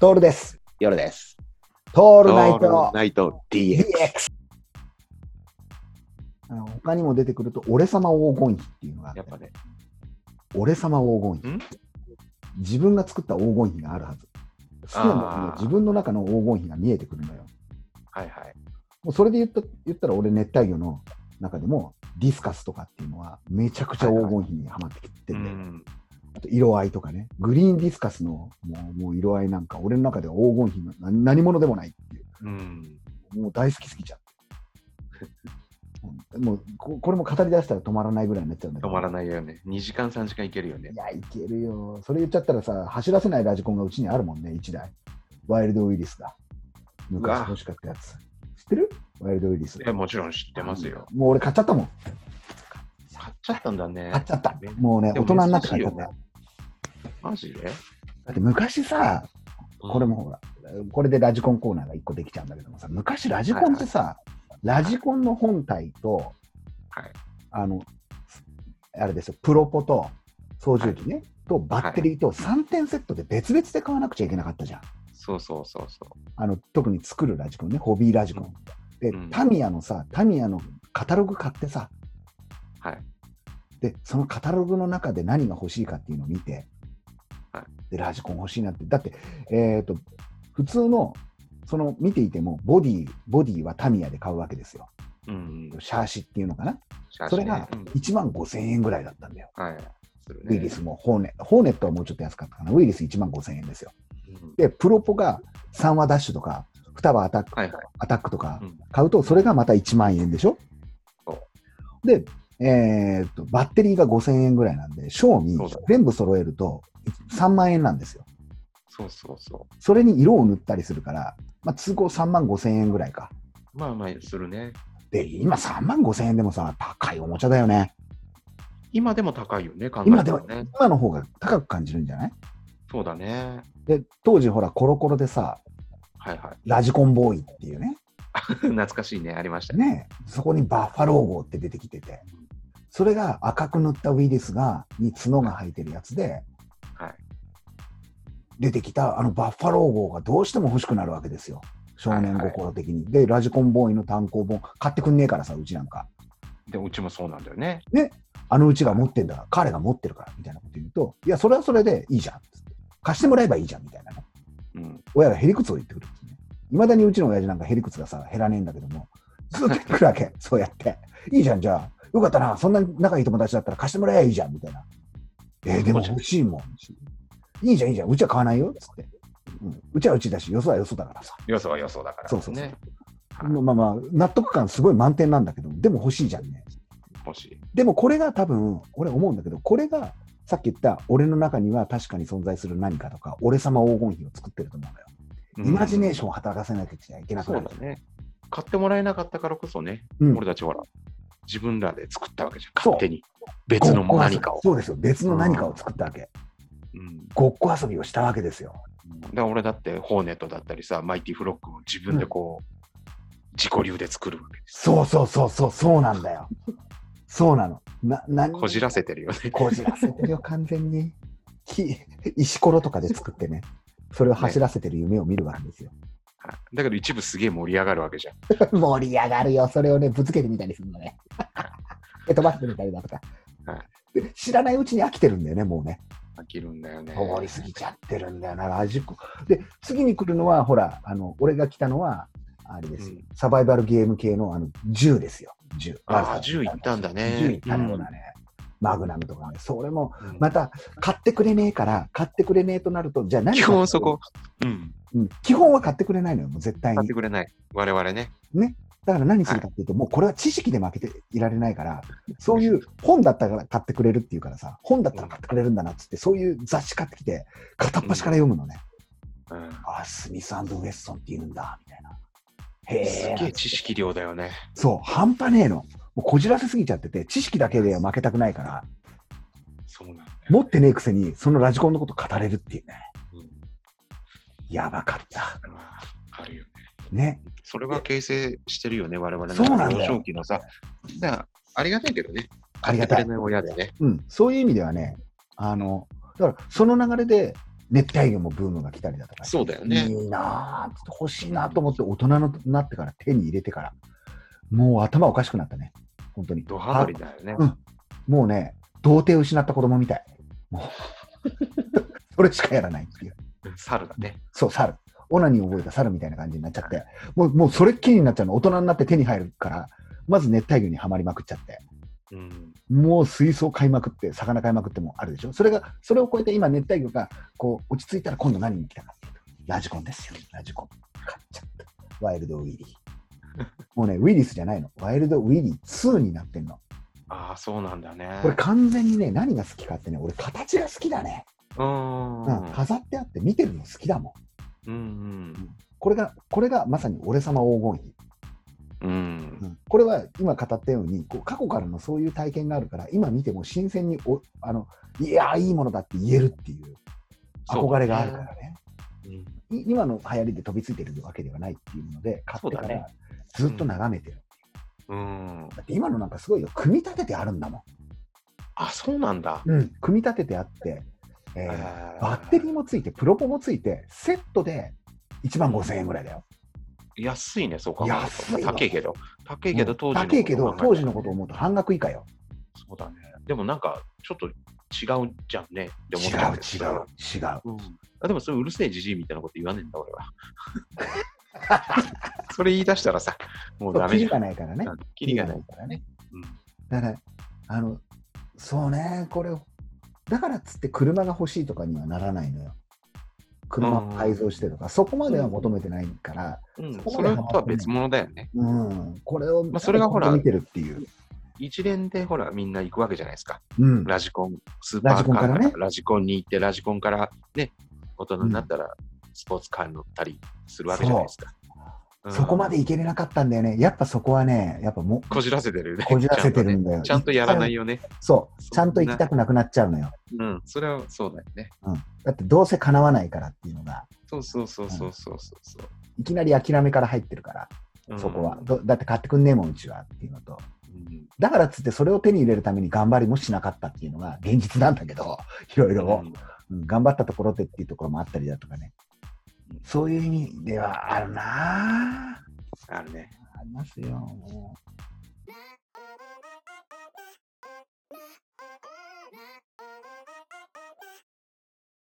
トールです。夜です。トーオルナイトナイト DX。DX。あの他にも出てくると、俺様黄金比っていうのがあってやっぱね、俺様黄金ん比。自分が作った黄金比があるはず。好きなものにはあー自分の中の黄金比が見えてくるのよ。はいはい。もうそれで言った言ったら、俺、熱帯魚の中でも、ディスカスとかっていうのは、めちゃくちゃ黄金比にはまってきてうて、ん、あと色合いとかね、グリーンディスカスのもうもう色合いなんか、俺の中では黄金比の何何者でもないっていう、うん、もう大好きすぎちゃって。うんもうここれも語り出したら止まらないぐらいになっちゃうんだけ止ど。まらないよね。2時間、3時間いけるよねい。や、いけるよ。それ言っちゃったらさ、走らせないラジコンがうちにあるもんね、1台。ワイルドウィリスが。昔うわ欲しかったやつ。知ってるワイルドウィリス。いやもちろん知ってますよ。。もう俺買っちゃったもん。買っちゃったんだね。買っちゃった。もうね、で大も人になって買っちゃっ珍しいたよ。マジでだって昔さ、これも。もほら、これでラジコンコーナーが1個できちゃうんだけどもさ、昔ラジコンってさ、ラジコンの本体と、はいあの、あれですよ、プロポと操縦機ね、とバッテリーと3点セットで別々で買わなくちゃいけなかったじゃん。そうそうそうそう。あの特に作るラジコンね、ホビーラジコン。で、うんタミヤのさ、タミヤのカタログ買ってさ、はい。で、そのカタログの中で何が欲しいかっていうのを見て、はいで、ラジコン欲しいなって、だって、えっ、と、普通の、その見ていても、ボディ、ボディはタミヤで買うわけですよ。うん。シャーシっていうのかな。写真ねそれがうん1万5000円ぐらいだったんだよ。はい。するウねイリスもホーネ、ホーネットはもうちょっと安かったかな。ウイリス1万5000円ですよ。うんで、プロポが3話ダッシュとか、2話アタック,、はいはい。アタックとかうん買うと、それがまた1万円でしょそ。で、えーっと、バッテリーが5000円ぐらいなんで、賞味そうだ全部揃えると3万円なんですよ。そうそうそそれに色を塗ったりするから、まあ、通行3万5000円ぐらいか。う。まあまあ、するね。で、今3万5000円でもさ、高いおもちゃだよね。今でも高いよね、考え今たでらもね。今の方が高く感じるんじゃないそうだね。で、当時ほら、コロコロでさ、はいはい。 ラジコンボーイっていうね、懐かしいね、ありましたね。ねそこにバッファロー号って出てきてて、それが赤く塗ったウイルスが、に角が生えてるやつで、はい出てきたあのバッファロー号がどうしても欲しくなるわけですよ。少年心的に。で、ラジコンボーイの単行本、買ってくんねえからさ、うちなんか。で、うちもそうなんだよね。あのうちが持ってんだから、彼が持ってるから、みたいなこと言うと、いや、それはそれでいいじゃん。つって貸してもらえばいいじゃん、みたいなね。うん。親がへりくつを言ってくるんですね。いまだにうちの親父なんかへりくつがさ、減らねえんだけども、ずっと言ってくるわけ、 そうやって。いいじゃん、じゃあ。よかったな、そんな仲いい友達だったら貸してもらえばいいじゃん、みたいな。えーでも欲しいもん。いいじゃん、いいじゃん、うちは買わないよ、つって。うん、うちはうちだし、よそはよそだからさ。よそはよそだから、ね。そうそうそうはいまあまあ、納得感すごい満点なんだけど、でも欲しいじゃんね。もし。でもこれが多分、俺思うんだけど、これがさっき言った、俺の中には確かに存在する何かとか、俺様黄金比を作ってると思うんだよ。イマジネーションを働かせなきゃいけうんなくそなうるだ。ね。買ってもらえなかったからこそね、うん俺たちほら、自分らで作ったわけじゃん。そう勝手に。別の何かを。そうですよ。別の何かを作ったわけ。うん。ごっこ遊びをしたわけですよ。だから俺だって、ホーネットだったりさ、マイティフロックを自分でこう、自己流で作るわけです。そうそうそうそう、そうなんだ よ。そうなの。な、なこじらせてるよね。 こじらせてるよ、完全に。き石ころとかで作ってね。それを走らせてる夢を見るわけですよ。はいだけど一部すげえ盛り上がるわけじゃん。盛り上がるよ、それをね、ぶつけてみたりするの ね。で飛ばしてみたりだとかは。で知らないうちに飽きてるんだよね、もうね。飽きるんだよね。通り過ぎちゃってるんだよな、ラジコン。で、次に来るのは、ほら、あの、俺が来たのは、あれですよ、うんサバイバルゲーム系のあの銃ですよ、銃。ああ、銃いったんだね。銃いったね、うんほらね。マグナムとかね、それも、うんまた、買ってくれねえから、買ってくれねえとなると、じゃあ何基買って本そこ、うん、うん基本は買ってくれないのよ、もう絶対買っにて。くれない。我々ね。だから何するかっていうと、もうこれは知識で負けていられないから、そういう本だったから買ってくれるっていうからさ、本だったら買ってくれるんだなっつって、そういう雑誌買ってきて、片っ端から読むのね。うん、あ、スミスウェッソンって言うんだ、みたいな。へすえ。げえ知識量だよね。そう、半端ねえの。もうこじらせすぎちゃってて、知識だけでは負けたくないから、そうなんだよ。持ってねえくせに、そのラジコンのこと語れるっていうね。うんやばかった。まああるよね。ね。それが形成してるよね、我々のそうなんだよ幼少期のさ。だからありがたいけどね。ありがたい買ってくれない親でね。うん、そういう意味ではね、あの、だからその流れで、熱帯魚もブームが来たりだとか、そうだよね。いいなぁ、ちょっと欲しいなと思って、大人になってから手に入れてから、もう頭おかしくなったね、本当に。ドハマりだよねう。んもうね、童貞を失った子供みたい。もうそれしかやらないっていう。猿だね。そう、猿。オナニーを覚えた猿みたいな感じになっちゃって、もうもうそれっきりになっちゃうの、大人になって手に入るから、まず熱帯魚にはまりまくっちゃって、うん。もう水槽買いまくって、魚買いまくってもあるでしょ。それが、それを超えて今、熱帯魚がこう落ち着いたら今度何に来たかっていうと、ラジコンですよ、ラジコン。買っちゃった。ワイルドウィリー。もうね、ウィリスじゃないの。ワイルドウィリー2になってんの。ああ、そうなんだね。これ完全にね、何が好きかってね、俺、形が好きだね。ううん、ん。飾ってあって見てるの好きだもん。うん。これが、これがまさに俺様黄金比。うん。うんう。んこれは今語ったようにこう過去からのそういう体験があるから今見ても新鮮におあのいやーいいものだって言えるっていうそう憧れがあるからねうんい今の流行りで飛びついてるわけではないっていうので買ってかそうだらねずっと眺めてるうん。だって今のなんかすごいよ組み立ててあるんだもあ、そうなんだ。ん、組み立ててあって、えーあバッテリーもついてプロポもついてセットで1万5000円ぐらいだよ安いね、そうか。安いわ高いけど。高いけど、当時のこと考えたら。高いけど当時のことを思うと半額以下よそうだね。でもなんか、ちょっと違うじゃんね。違う違う違うう。うん、あでも、それうるせえじじいみたいなこと言わねえんだ、俺は。 それ言い出したらさ、もうダメキリじゃがん。ないからねキリがない。からねうんだから、あの、そうね、これ、だからっつって車が欲しいとかにはならないのよ。車を改造してとか、そこまでは求めてないから、うん、そそこまでハれとマってないは別物だよね。うん、これを、まあそれがほら見てるっていう。一連でほら、みんな行くわけじゃないですか。うん、ラジコン、スーパーカーからラジ,、コンに行って、ラジコンからね、大人になったらスポーツカーに乗ったりするわけじゃないですか。うんそこまでいけれなかったんだよね。やっぱそこはね、やっぱもこじらせてるよね。こじらせてるんちゃんとねだよ。ちゃんとやらないよ。よね。そう、ちゃんと行きたくなくなっちゃうのよ。うん、それはそうだよね。うん、だって、どうせ叶わないからっていうのが、そうそうそうそうそうそうそう。いきなり諦めから入ってるから、うんそこは。どだって買ってくんねえもん、うちはっていうのと。うんだからっつってそれを手に入れるために頑張りもしなかったっていうのが現実なんだけど、 いろいろ、うん頑張ったところでっていうところもあったりだとかね。そういう意味ではあるなぁ。あるね。ありますよ。も